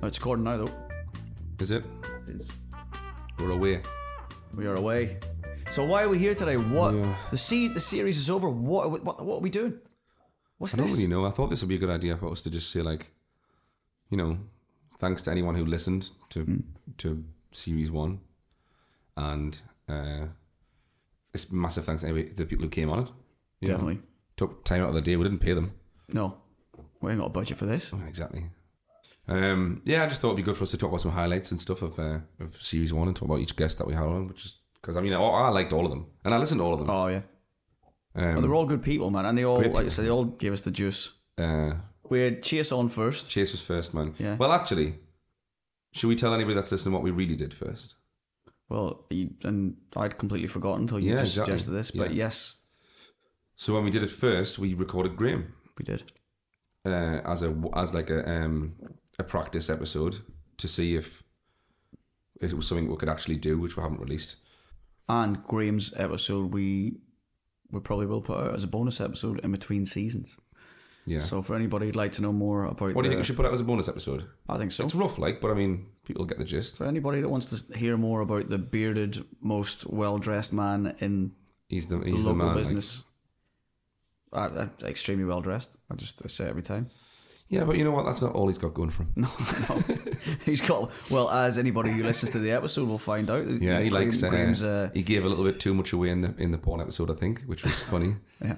No, it's recording now though. Is it? It's, We're away. we are away. So why are we here today? What Yeah. the se- the series is over. What what, what are we doing? What's I don't this? really know. I thought this would be a good idea for us to just say like, you know, thanks to anyone who listened to to series one, and uh, it's massive thanks to every- the people who came on it. You know, Definitely took time out of the day. We didn't pay them. no. We ain't got a budget for this. Exactly. Um, yeah, I just thought it'd be good for us to talk about some highlights and stuff of, uh, of series one and talk about each guest that we had on, which is because I mean I, I liked all of them and I listened to all of them. Oh yeah, um, but they're all good people, man, and they all Great like I people. said, they all gave us the juice. uh, We had Chase on first. Chase was first, man. Yeah. Well, actually, should we tell anybody that's listening what we really did first? Well, you, and I'd completely forgotten until you Yeah, just exactly. suggested this. But Yeah. yes, So when we did it first, we recorded Graham we did. uh, as a as like a um, a practice episode to see if it was something we could actually do, which we haven't released. And Graham's episode, we we probably will put out as a bonus episode in between seasons. Yeah. So for anybody who'd like to know more about, what do you the- think we should put out as a bonus episode? I think so. It's rough, like, but I mean, people get the gist. For anybody that wants to hear more about the bearded, most well dressed man in He's the the he's the, local man. like- business, I, I'm extremely well dressed. I just I say it every time. yeah, but you know what? That's not all he's got going for him. No, no. he's got well. As anybody who listens to the episode will find out. Yeah, he Graham- likes. Uh, Graham's, uh, he gave a little bit too much away in the in the porn episode, I think, which was funny. yeah.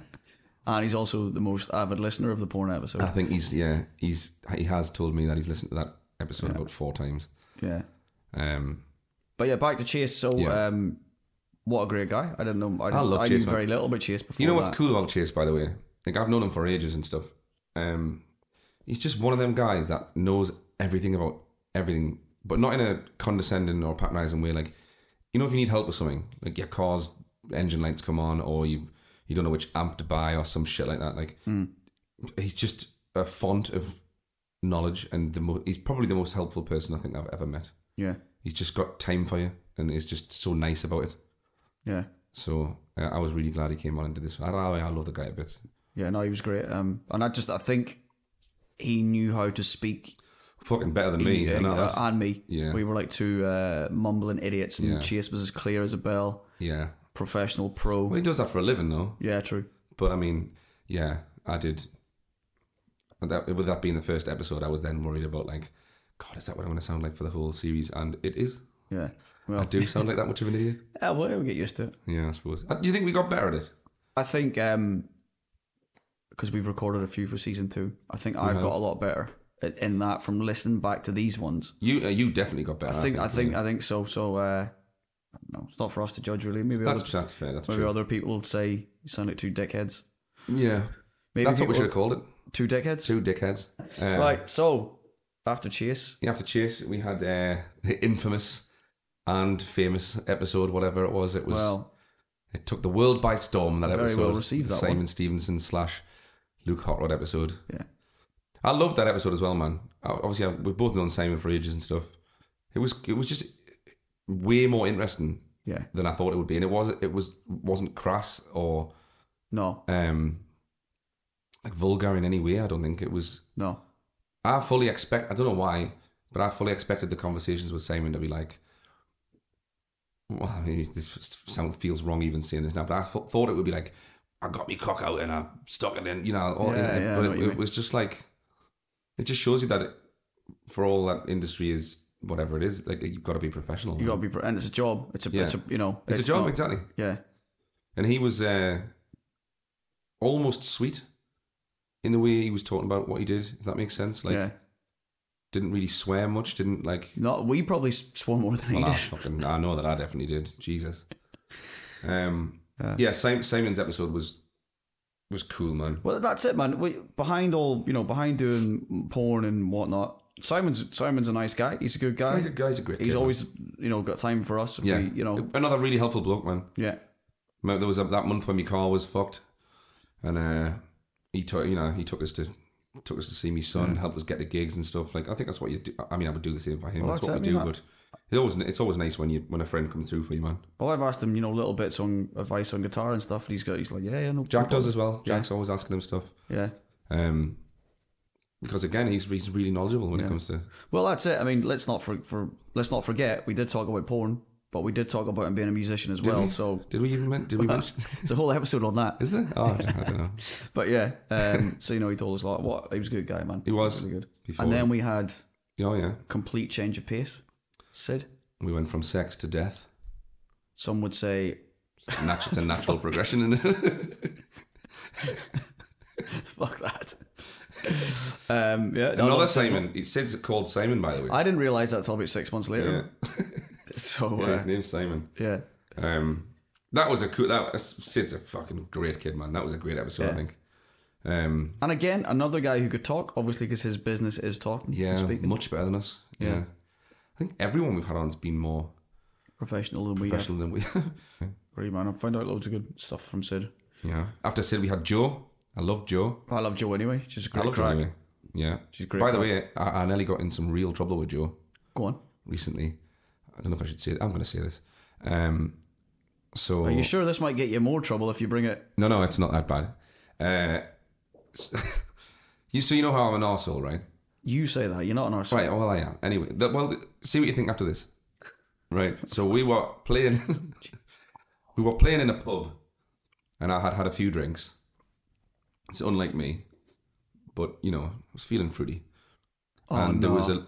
And he's also the most avid listener of the porn episode. I think he's yeah he's he has told me that he's listened to that episode about four times. yeah. Um, But yeah, back to Chase. So, Yeah. um, what a great guy. I didn't know. I, didn't, I, love Chase, knew man. very little about Chase before. you know what's that. cool about Chase, by the way? Like I've known him for ages and stuff. Um, he's just one of them guys that knows everything about everything, but not in a condescending or patronizing way. Like you know, if you need help with something, like your car's engine lights come on, or you you don't know which amp to buy, or some shit like that. Like he's just a font of knowledge, and the mo- he's probably the most helpful person I think I've ever met. Yeah, he's just got time for you and is just so nice about it. yeah, So uh, I was really glad he came on and did this. I, I, I love the guy a bit. yeah. No, he was great. Um, and I just I think he knew how to speak. Fucking better than me. uh, I know that. and me. Yeah. we were like two uh, mumbling idiots, and Yeah. Chase was as clear as a bell. yeah. Professional, pro. Well, he does that for a living though. Yeah, true. But I mean, yeah, I did. And that, with that being the first episode, I was then worried about like, God, is that what I'm going to sound like for the whole series? And it is. Yeah. I Well, do sound like that much of an idiot. yeah, well, we'll get used to it. Yeah, I suppose. Uh, Do you think we got better at it? I think um because we've recorded a few for season two, I think I've got a lot better at- in that from listening back to these ones. You, uh, you definitely got better. I think, I think, yeah. I think so. So, uh, no, it's not for us to judge, really. Maybe other, that's that's fair. That's maybe true. other people would say you sound like two dickheads. Yeah, Maybe that's what people- we should have called it. Two dickheads. Two dickheads. Um, Right. So after Chase, Yeah, after Chase, we had uh, the infamous and famous episode, whatever it was. It was well, it took the world by storm. That Very episode, well received, The that Simon Stevenson slash Luke Hotrod episode. Yeah. I loved that episode as well, man. I- Obviously, I, we've both known Simon for ages and stuff. It was it was just way more interesting yeah, than I thought it would be, and it was it was wasn't crass or no, um like vulgar in any way. I don't think it was. no, I fully expect. I don't know why, but I fully expected the conversations with Simon to be like. Well, I mean, this sound feels wrong even saying this now, but I th- thought it would be like, I got me cock out and I stuck it in, you know. All, Yeah, and- yeah, I but know it, what you it mean. was just like, it just shows you that it, for all that industry is whatever it is, like you've got to be professional. you got to be, pre- and it's a job. It's a, Mm-hmm. Yeah. it's a, you know, it's, a job, not- exactly. yeah, And he was uh, almost sweet in the way he was talking about what he did, if that makes sense. Like, yeah. didn't really swear much, didn't like Not we probably s- swore more than he Well, I, did. fucking, I know that I definitely did. Jesus. Um, yeah, Sim- Simon's episode was was cool, man. Well, that's it, man. We, behind all, you know, behind doing porn and whatnot. Simon's Simon's a nice guy. He's a good guy. He's a guy's a great. He's kid, always, you know, got time for us. If man. we, you know, another really helpful bloke, man. yeah, Remember, There was a, that month when my car was fucked, and uh, he took you know he took us to took us to see my son, helped us get the gigs and stuff. Like I think that's what you do. I mean, I would do the same for him. Well, that's what we that's it, do. I mean, But it's always it's always nice when you when a friend comes through for you, man. Well, I've asked him, you know, little bits on advice on guitar and stuff, and he's got, he's like, yeah, yeah, no. Jack does as well. Jack's always asking him stuff. Yeah, Um, because again, he's, he's really knowledgeable when it comes to Well, that's it. I mean, let's not for, for let's not forget we did talk about porn, but we did talk about him being a musician as well. we? So uh, Did we even meant? Did we? mention- it's a whole episode on that. Is there? Oh, I don't, I don't know. But yeah, um, so you know, he told us a lot. What he was a good guy, man. He was. really good. Before. And then we had oh yeah, complete change of pace. Sid, we went from sex to death. some would say, It's a natu- it's a natural progression, is it? fuck that. um, yeah, no, Another no, Simon. It's Sid's called Simon, by the way. I didn't realize that until about six months yeah. later. So yeah, uh, his name's Simon. yeah, Um, that was a cool. That uh, Sid's a fucking great kid, man. That was a great episode, I think. Um, and again, another guy who could talk, obviously, because his business is talking. and yeah, speaking. much better than us. Yeah. Yeah. I think everyone we've had on's been more professional than we are. professional than we. Great man, I found out loads of good stuff from Sid. yeah. After Sid, we had Joe. I love Joe. I love Joe anyway. She's a I great love Joe. crack. anyway. Yeah. She's a great. By the crack. way, I, I nearly got in some real trouble with Joe. go on. recently. I don't know if I should say it. I'm going to say this. Um, so Are you sure this might get you more trouble if you bring it? no, no, it's not that bad. Uh, you so you know how I'm an arsehole, right? You say that you're not an arsehole. Right. Well, I am. Anyway, that, well, th- see what you think after this. Right. So we were playing. we were playing in a pub, and I had had a few drinks. It's unlike me, but you know, I was feeling fruity, Oh, and there was no. a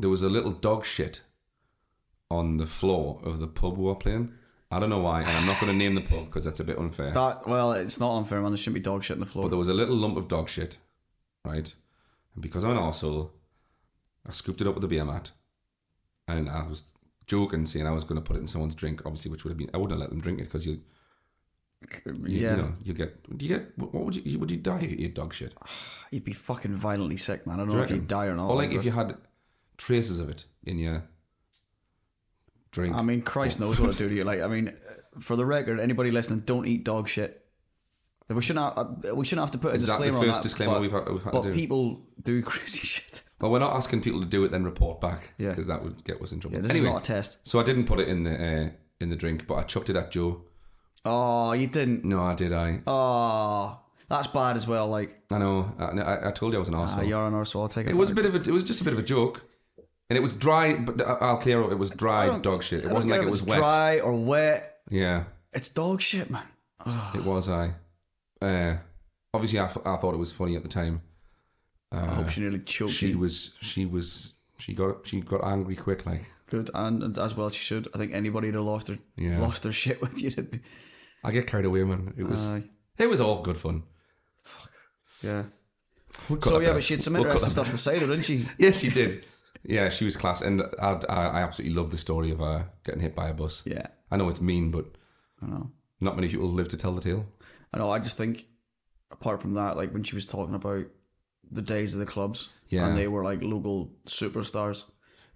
there was a little dog shit on the floor of the pub we were playing. I don't know why, and I'm not going to name the pub because that's a bit unfair. That well, it's not unfair, man. There shouldn't be dog shit on the floor. But there was a little lump of dog shit, right? And because I'm an arsehole, I scooped it up with a beer mat. And I was joking, saying I was going to put it in someone's drink, obviously, which would have been, I wouldn't have let them drink it because you, you, yeah, you know, you get, do you get, what would you, would you die if you ate dog shit? you'd be fucking violently sick, man. I don't know if reckon? you'd die or not. or like if but- you had traces of it in your drink. I mean, Christ knows what to do to you. Like, I mean, for the record, anybody listening, don't eat dog shit. We shouldn't. Have, uh, we shouldn't have to put a Is that the disclaimer on first that. disclaimer but, we've had, we've had but to do? people do crazy shit. Well, we're not asking people to do it, then report back. Yeah. Because that would get us in trouble. Yeah, this anyway, is not a test. so I didn't put it in the, uh, in the drink, but I chucked it at Joe. Oh, you didn't. No, I did. I Oh, that's bad as well. Like, I know. I, I, I told you I was an ah, arsehole. you're an arsehole. I'll take it. it was a bit of a. It was just a bit of a joke, and it was dry. But I- I'll clear up. It was dry don't- dog shit. I It don't wasn't care like if it was it's wet. dry or wet. Yeah, It's dog shit, man. it was. I. Uh, obviously, I, th- I thought it was funny at the time. I hope she nearly choked Uh, She you. was. She was. She got. She got angry quick. Like Good, and, and as well she should. I think anybody that lost their Yeah. lost their shit with you. To be, I get carried away, man. It was. Aye. it was all good fun. yeah. We'll cut So that yeah, bit but out. she had some We'll cut interesting that stuff to say, though, didn't she? Yes, she did. Yeah, she was class, and I, I, I absolutely love the story of her getting hit by a bus. Yeah, I know it's mean, but I know. not many people live to tell the tale. I know. I just think, apart from that, like when she was talking about the days of the clubs, Yeah. and they were like local superstars,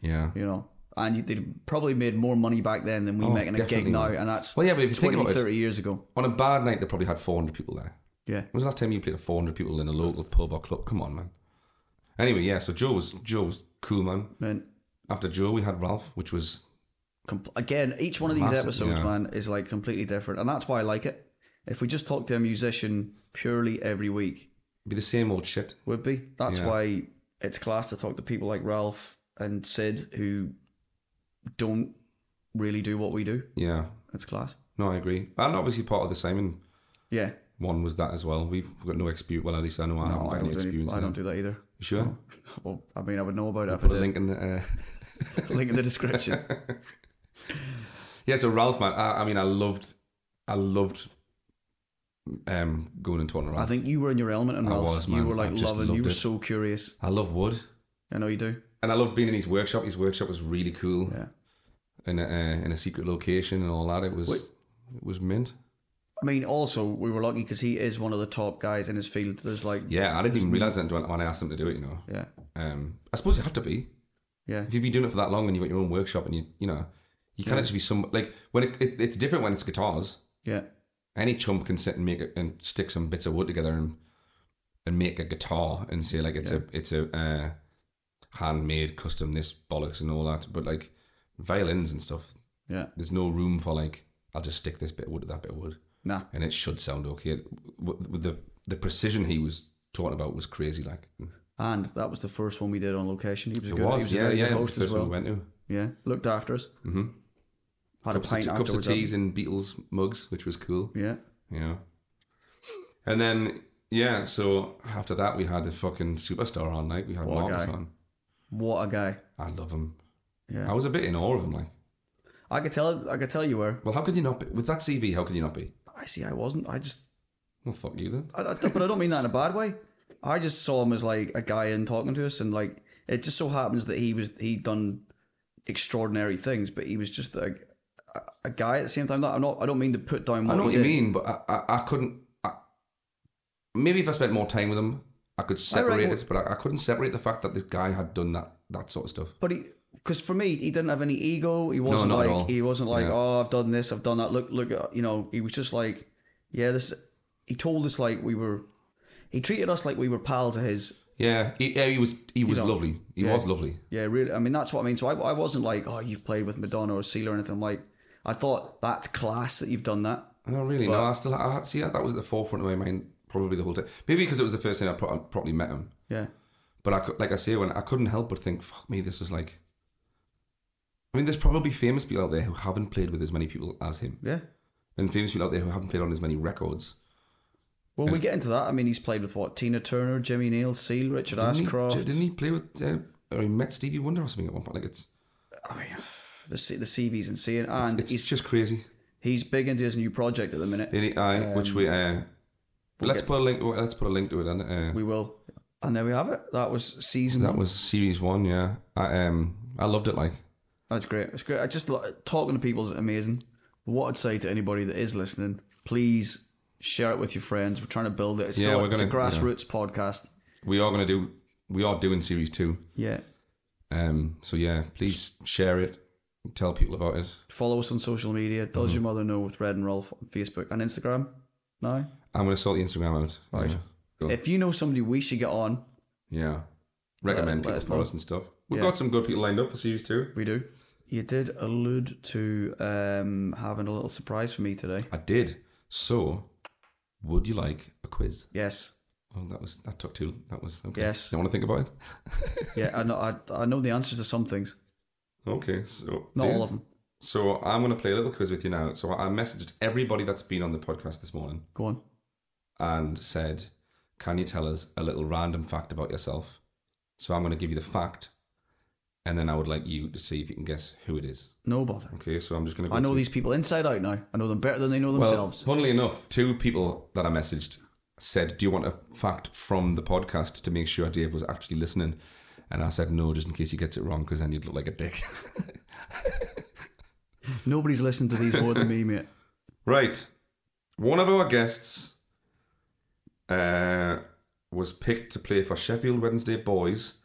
Yeah. you know, and you- they probably made more money back then than we make in a gig Oh, definitely. now, and that's Well, yeah, but if you think 20, about it, 30 years ago. on a bad night, they probably had 400 people there. Yeah, When was the last time you played to 400 people in a local pub or club? Come on, man. Anyway, yeah, so Joe was Joe was cool, man. man. After Joe, we had Ralph, which was, Compl again, each one of these Massive, episodes, yeah. man, is like completely different, and that's why I like it. If we just talk to a musician purely every week, be the same old shit. would be. That's Yeah. why it's class to talk to people like Ralph and Sid who don't really do what we do. Yeah. It's class. No, I agree. And obviously, part of the Simon Yeah. one was that as well. We've got no experience. Well, at least I know I haven't No, got I any don't, do experience. any, I there. don't do that either. You sure? Well, I mean, I would know about it if I Put did. a Link. link in the. Uh... in the description. Yeah, so Ralph, man, I, I mean, I loved, I loved um, going and talking to Ralph. I think you were in your element and I Ralph. was, You man. were I like just loving. You loved were it. so curious. I love Wood. I know you do. And I loved being in his workshop. His workshop was really cool. Yeah. In a, uh, in a secret location and all that. It was it was mint. I mean, also we were lucky because he is one of the top guys in his field. There's like, yeah, Yeah, I didn't even realize that when, when I asked him to do it. You know, yeah, um, I suppose you have to be if you've been doing it for that long and you've got your own workshop and you you know you can't just be some like when it, it, it's different when it's guitars. yeah, Any chump can sit and make it and stick some bits of wood together and and make a guitar and say like it's a it's a uh, handmade custom this bollocks and all that. But like violins and stuff, yeah. there's no room for like I'll just stick this bit of wood to that bit of wood, Nah, and it should sound okay. W- w- The the precision he was talking about was crazy. Like And that was the first one we did on location. He was a It good, was, he was a yeah, very yeah. good It was host as the first well. one we went to. Yeah, looked after us. Mm-hmm. Had Cups, a pint of, cups of afterwards, hadn't teas in Beatles mugs, which was cool. we? Yeah, you know. And then yeah, so after that we had the fucking superstar on, like we had What a Marcus guy. on. what a guy. I love him. Yeah, I was a bit in awe of him. Like, I could tell. I could tell you were. well, how could you not be with that CV? How could you not be? I see. I wasn't. I just. Well, fuck you then. I, I, but I don't mean that in a bad way. I just saw him as like a guy in talking to us, and like it just so happens that he was he done extraordinary things, but he was just a a, a guy at the same time. That I'm not. I don't mean to put down. What I know he what you did. mean, but I, I, I couldn't. I, maybe if I spent more time with him, I could separate reckon- it, but I, I couldn't separate the fact that this guy had done that that sort of stuff. But he, because for me, he didn't have any ego. He wasn't not at all. like he wasn't like Yeah. oh, I've done this, I've done that. Look, look, uh, you know. He was just like, yeah, this. He told us like we were. He treated us like we were pals of his. Yeah, he, yeah, he was he was don't- lovely. He yeah. was lovely. Yeah, really. I mean, that's what I mean. So I, I wasn't like, oh, you've played with Madonna or Seal or anything. I'm like, I thought that's class that you've done that. Oh, really? no, I still I had see that was at the forefront of my mind probably the whole time. Maybe because it was the first time I pro- probably met him. Yeah, But I, cou- like I say, when I couldn't help but think, fuck me, this is like. I mean, there's probably famous people out there who haven't played with as many people as him, yeah. and famous people out there who haven't played on as many records. Well, we get into that. I mean, he's played with what Tina Turner, Jimmy Neal, Seal, Richard Didn't he, Ashcroft. didn't he play with? Uh, or he met Stevie Wonder or something at one point. Like it's, I mean, the C- the CVs and seeing, and it's he's just crazy. he's big into his new project at the minute. Any eye, which we. Uh, let's Um, get put a link. well, Let's put a link to it. And uh, We will. And there we have it. That was season. that was series one. Yeah, I um, I loved it. Like That's great. It's great. I just lo- talking to people is amazing. What I'd say to anybody that is listening, please share it with your friends. We're trying to build it. It's, Yeah, still, we're it's a gonna- yeah. grassroots podcast. we are gonna do. We are doing series two. Yeah. Um, so yeah, please share it. Tell people about it. Follow us on social media. Mm-hmm. Does your mother know with Red and Rolf on Facebook and Instagram? No. I'm gonna sort the Instagram out. Right. Yeah. Cool. If you know somebody we should get on, yeah. Recommend Let- let people us for know. us and stuff. We've Yeah. got some good people lined up for series two. we do. You did allude to um, having a little surprise for me today. I did. So, would you like a quiz? Yes. Oh, that was that took too. That was okay. Yes. You want to think about it? Yeah. I know. I, I know the answers to some things. Okay. So Not Dan, all of them. So I'm gonna play a little quiz with you now. So I I messaged everybody that's been on the podcast this morning Go on. and said, "Can you tell us a little random fact about yourself?" So I'm gonna give you the fact, and then I would like you to see if you can guess who it is. No bother. Okay. So I'm just gonna. Go I know through- these people inside out now. I know them better than they know themselves. Well, funnily enough, two people that I messaged said, "Do you want a fact from the podcast to make sure Dave was actually listening?" And I said, "No, just in case he gets it wrong, because then you'd look like a dick." Nobody's listened to these more than me, mate. right. One of our guests uh, was picked to play for Sheffield Wednesday boys,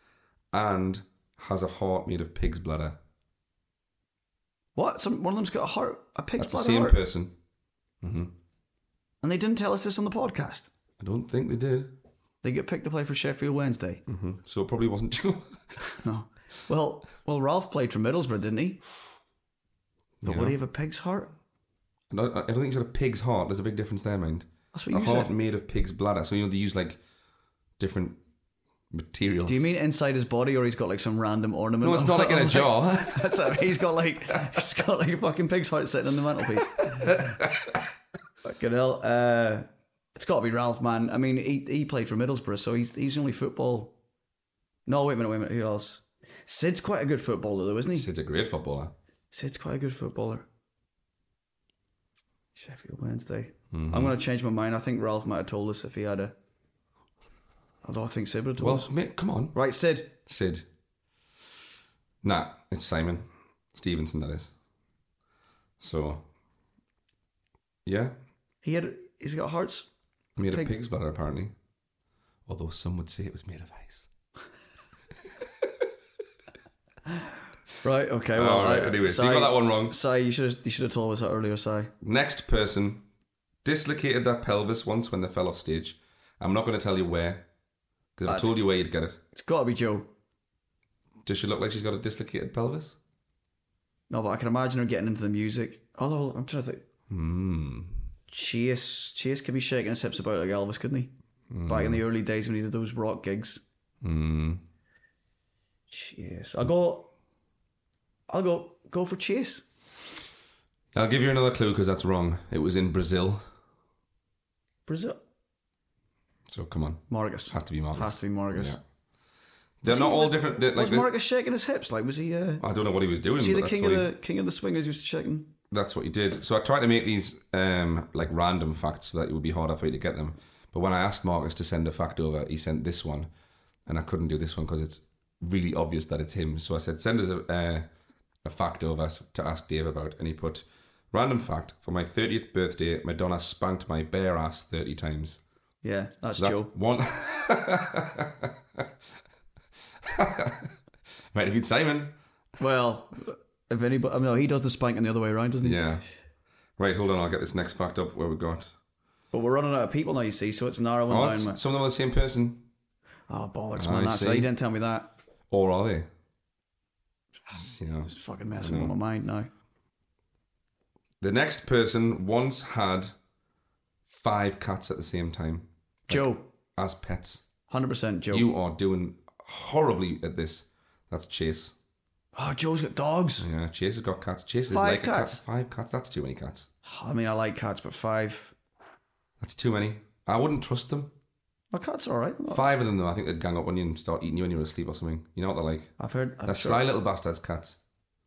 and has a heart made of pig's bladder. What? Some one of them's got a heart, a pig's That's the blood same heart, person. and they didn't tell us this on the podcast. I don't think they did. They get picked to play for Sheffield Wednesday. hmm So it probably wasn't true. No. Well, well, Ralph played for Middlesbrough, didn't he? But Yeah. would he have a pig's heart? I don't I don't think he said a pig's heart. There's a big difference there, mind. That's a what you heart said. made of pig's bladder. So you know they use like different materials. Do you mean inside his body, or he's got like some random ornament? No, it's not like in a jar. That's it. He's got like he's got like a fucking pig's heart sitting on the mantelpiece. fucking hell. Uh, it's got to be Ralph, man. I mean, he he played for Middlesbrough, so he's he's only football. No, wait a minute, wait a minute. Who else? Sid's quite a good footballer, though, isn't he? Sid's a great footballer. Sid's quite a good footballer. Sheffield Wednesday. Mm-hmm. I'm going to change my mind. I think Ralph might have told us if he had a. Although I think Sid would have told Well, us. mate, come on, Right, Sid. Sid. Nah, it's Simon Stevenson. That is. So. Yeah, He had. He's got hearts. made of Pig- pig's bladder apparently. Although some would say it was made of ice. Right. Okay. Well, uh, All Oh, right. I- Anyway, so you Si- got that one wrong. Si, you should you should have told us that earlier, Si. Next person dislocated their pelvis once when they fell off stage. I'm not going to tell you where because if I That's- told you where you'd get it. It's got to be Joe. Does she look like she's got a dislocated pelvis? No, but I can imagine her getting into the music. Although I'm trying to think, Hmm. Hmm. Chase Chase could be shaking his hips about like Elvis, couldn't he? Back in the early days when he did those rock gigs, Mm. Chase. I'll go. I'll go. Go for Chase. I'll give you another clue because that's wrong. It was in Brazil. Brazil. So come on, Marcus. has to be Marcus. Has to be Marcus. Ah, Yeah. They're not all different. They're, like was they- Marcus shaking his hips? Like was he? Uh, I don't know what he was doing. was he but the that's king what of he- the king of the swingers? He was shaking. That's what you did. So I tried to make these um, like random facts so that it would be harder for you to get them. But when I asked Marcus to send a fact over, he sent this one, and I couldn't do this one because it's really obvious that it's him. So I said, send us a, uh, a fact over s- to ask Dave about, and he put, random fact for my thirtieth birthday, Madonna spanked my bare ass thirty times. Yeah, that's, So that's Joe. one. Might have been Simon. Well, if anybody, I mean, no, he does the spanking the other way around, doesn't he? Yeah. Right, hold on. I'll get this next fact up where we got. But we're running out of people now, you see, so it's narrowing Oh, down. it's- man. some of them are the same person. Oh bollocks, I man! That's see. you didn't tell me that. Or are they? You know. It's fucking messing Hmm. with my mind now. The next person once had five cats at the same time Joe, as pets. hundred percent Joe. You are doing horribly at this. That's Chase. oh, Joe's got dogs. Yeah, Chase has got cats. Chase is Five like cats? a cat. Five cats. That's too many cats. I mean, I like cats, but five. That's too many. I wouldn't trust them. My cat's all right. Five of them, though, I think they'd gang up on you and start eating you when you're asleep or something. You know what they're like? I've heard. I'm They're sure, sly little bastards, cats.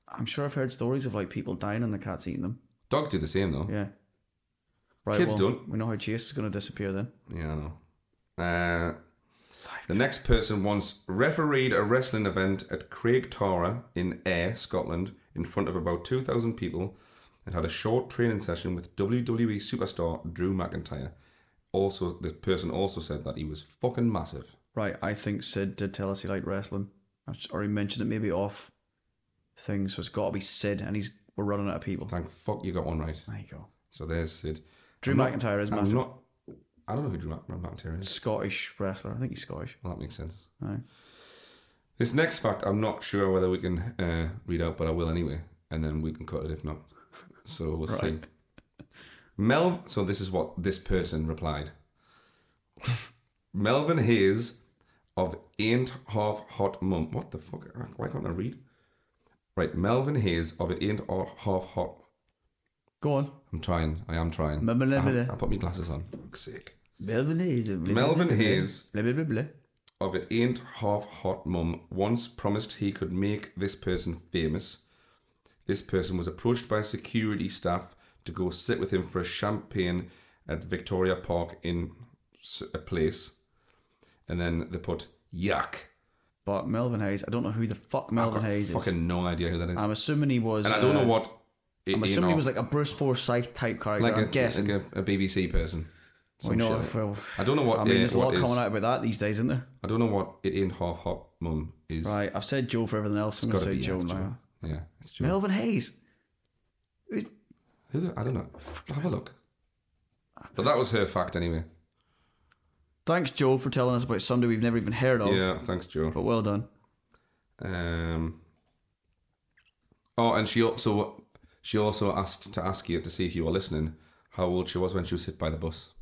I'm sure I've heard stories of like people dying and the cats eating them. Dogs do the same, though. Yeah. Right, Kids well, don't. We know how Chase is going to disappear then. Yeah, I know. Uh, the next person once refereed a wrestling event at Craig Tara in Ayr, Scotland, in front of about 2,000 people and had a short training session with WWE superstar Drew McIntyre. Also, the person also said that he was fucking massive. Right, I think Sid did tell us he liked wrestling. I've s- Or he mentioned it maybe off thing, so it's got to be Sid, and he's we're running out of people. Thank fuck you got one right. There you go. So there's Sid. Drew I'm not- McIntyre is I'm massive. not. I don't know who Drew Mc- McIntyre is. Scottish wrestler. I think he's Scottish. Well, that makes sense. Aye. This next fact, I'm not sure whether we can uh, read out, but I will anyway, and then we can cut it if not. So we'll see. Mel. So this is what this person replied. Melvin Hayes of Ain't Half Hot Mum. What the fuck? Why can't I read? Right, Melvin Hayes of It Ain't Half Hot. Go on. I'm trying. I am trying. Blah, blah, blah, I, blah. I put my glasses on. For fuck's sake. Melvin Hayes. Melvin Hayes Blah, blah, blah, blah. of it ain't half hot mum once promised he could make this person famous. This person was approached by security staff to go sit with him for a champagne at Victoria Park in s- a place, and then they put yuck. But Melvin Hayes, I don't know who the fuck Melvin Hayes fucking is. no idea who that is, Oh, I'm assuming he was. and I don't uh, know what. It, I'm ain't assuming he half- was like a Bruce Forsyth type character. like I'm a, guessing. like a, a BBC person. we Some know. shit. well, I don't know what. I mean, uh, there's a what lot is- coming out about that these days, isn't there? I don't know what it ain't half hot mum is. Right. I've said Joe for everything else. I'm going to say Gotta be, yeah, Joe it's now. Joe. Yeah, it's Joe. Melvin Hayes. Who the, I don't know. Have a look. But that was her fact anyway. Thanks, Joe, for telling us about somebody we've never even heard of. Yeah, thanks, Joe. But well done. Um, oh, and she also she also asked to ask you to see if you were listening how old she was when she was hit by the bus.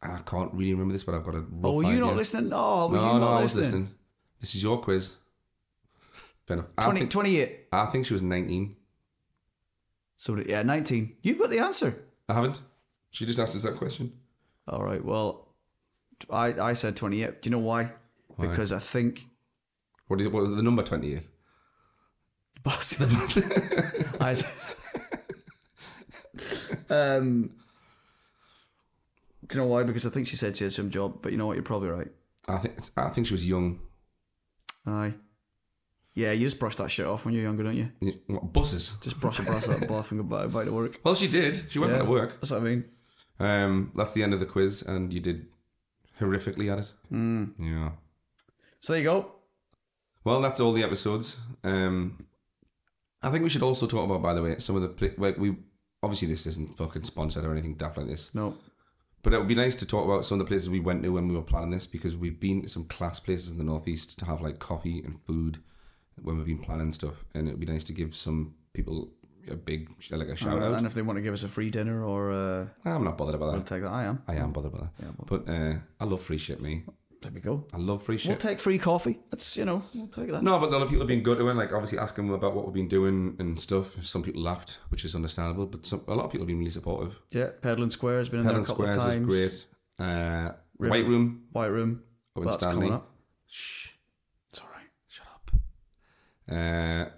I can't really remember this, but I've got a rough Oh, were you idea. not listening? Oh, were No, you no, not I was listening? listening. This is your quiz. Fair enough. I 20, think, 28. I think she was 19. So, yeah, 19. You've got the answer. I haven't. She just asked us that question. All right. Well, I, I said 28. Do you know why? Because I think What, did, what was the number 28? Bus. I, um, do you know why? Because I think she said she had some job, but you know what? You're probably right. I think I think she was young. Aye. Yeah, you just brush that shit off when you're younger, don't you? Yeah, What, buses? Just brush a brush that off and go back, back to work. Well, she did. She went Yeah. back to work. That's what I mean. Um, that's the end of the quiz, and you did horrifically at it. Mm. Yeah. So there you go. Well, that's all the episodes. Um, I think we should also talk about, by the way, some of the pla- like we obviously this isn't fucking sponsored or anything daft like this, No. but it would be nice to talk about some of the places we went to when we were planning this because we've been to some class places in the northeast to have like coffee and food when we've been planning stuff, and it would be nice to give some people a big like a shout Uh, out. and if they want to give us a free dinner or uh, I'm not bothered about that. I'll take that. I am. I am bothered by that. but uh, I love free shit, me. There we go. I love free shit. We'll take free coffee. That's you know, we'll take that. No, but other people have been good to it, like obviously asking them about what we've been doing and stuff. Some people laughed, which is understandable, but some, a lot of people have been really supportive. Yeah, Peddling Square has been in Helen there a couple Squares of times. was great. Uh, White Room White Room. up in That's Stanley. coming up. Shh, It's all right. shut up. Uh,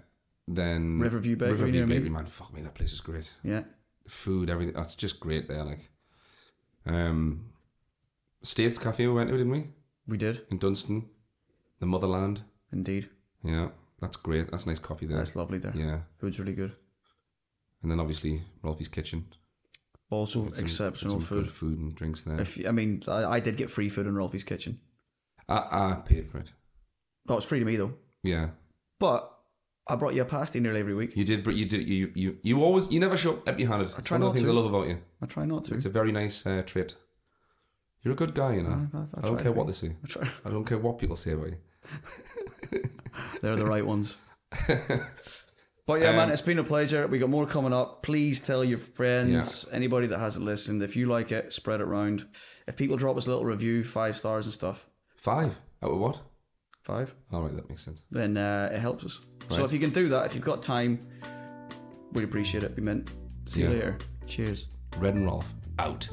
then Riverview Bakery, Riverview near me. Bakery, man, fuck me, that place is great. Yeah. The food, everything, that's just great there. Like, um, States Cafe we went to, didn't we? We did, In Dunstan, the Motherland. indeed. Yeah, that's great. That's nice coffee there. That's lovely there. yeah, Food's really good. and then obviously Ralphie's Kitchen. Also Get some- exceptional get some good food. food and drinks there. If you- I mean, I, I did get free food in Rolfie's kitchen. I, I paid for it. That was free to me though. ah, Yeah, But I brought you a pasty nearly every week. you did, but you did. You you you always you never show up empty-handed. That's try one of not the things I to. love about you. I try not to. It's a very nice uh, trait. You're a good guy, you know. I, I I don't Mm-hmm. try care to what be. they say. I try- I don't care what people say about you. They're the right ones. But yeah, Um, man, it's been a pleasure. We got more coming up. Please tell your friends, anybody that hasn't listened. If you like it, spread it round. If people drop us a little review, five stars and stuff, Five out of what? five, All right, that makes sense. then uh, it helps us. So Right. if you can do that, if you've got time, we'd appreciate it. We meant. See Yeah. you later. Cheers. Red and Rolf out.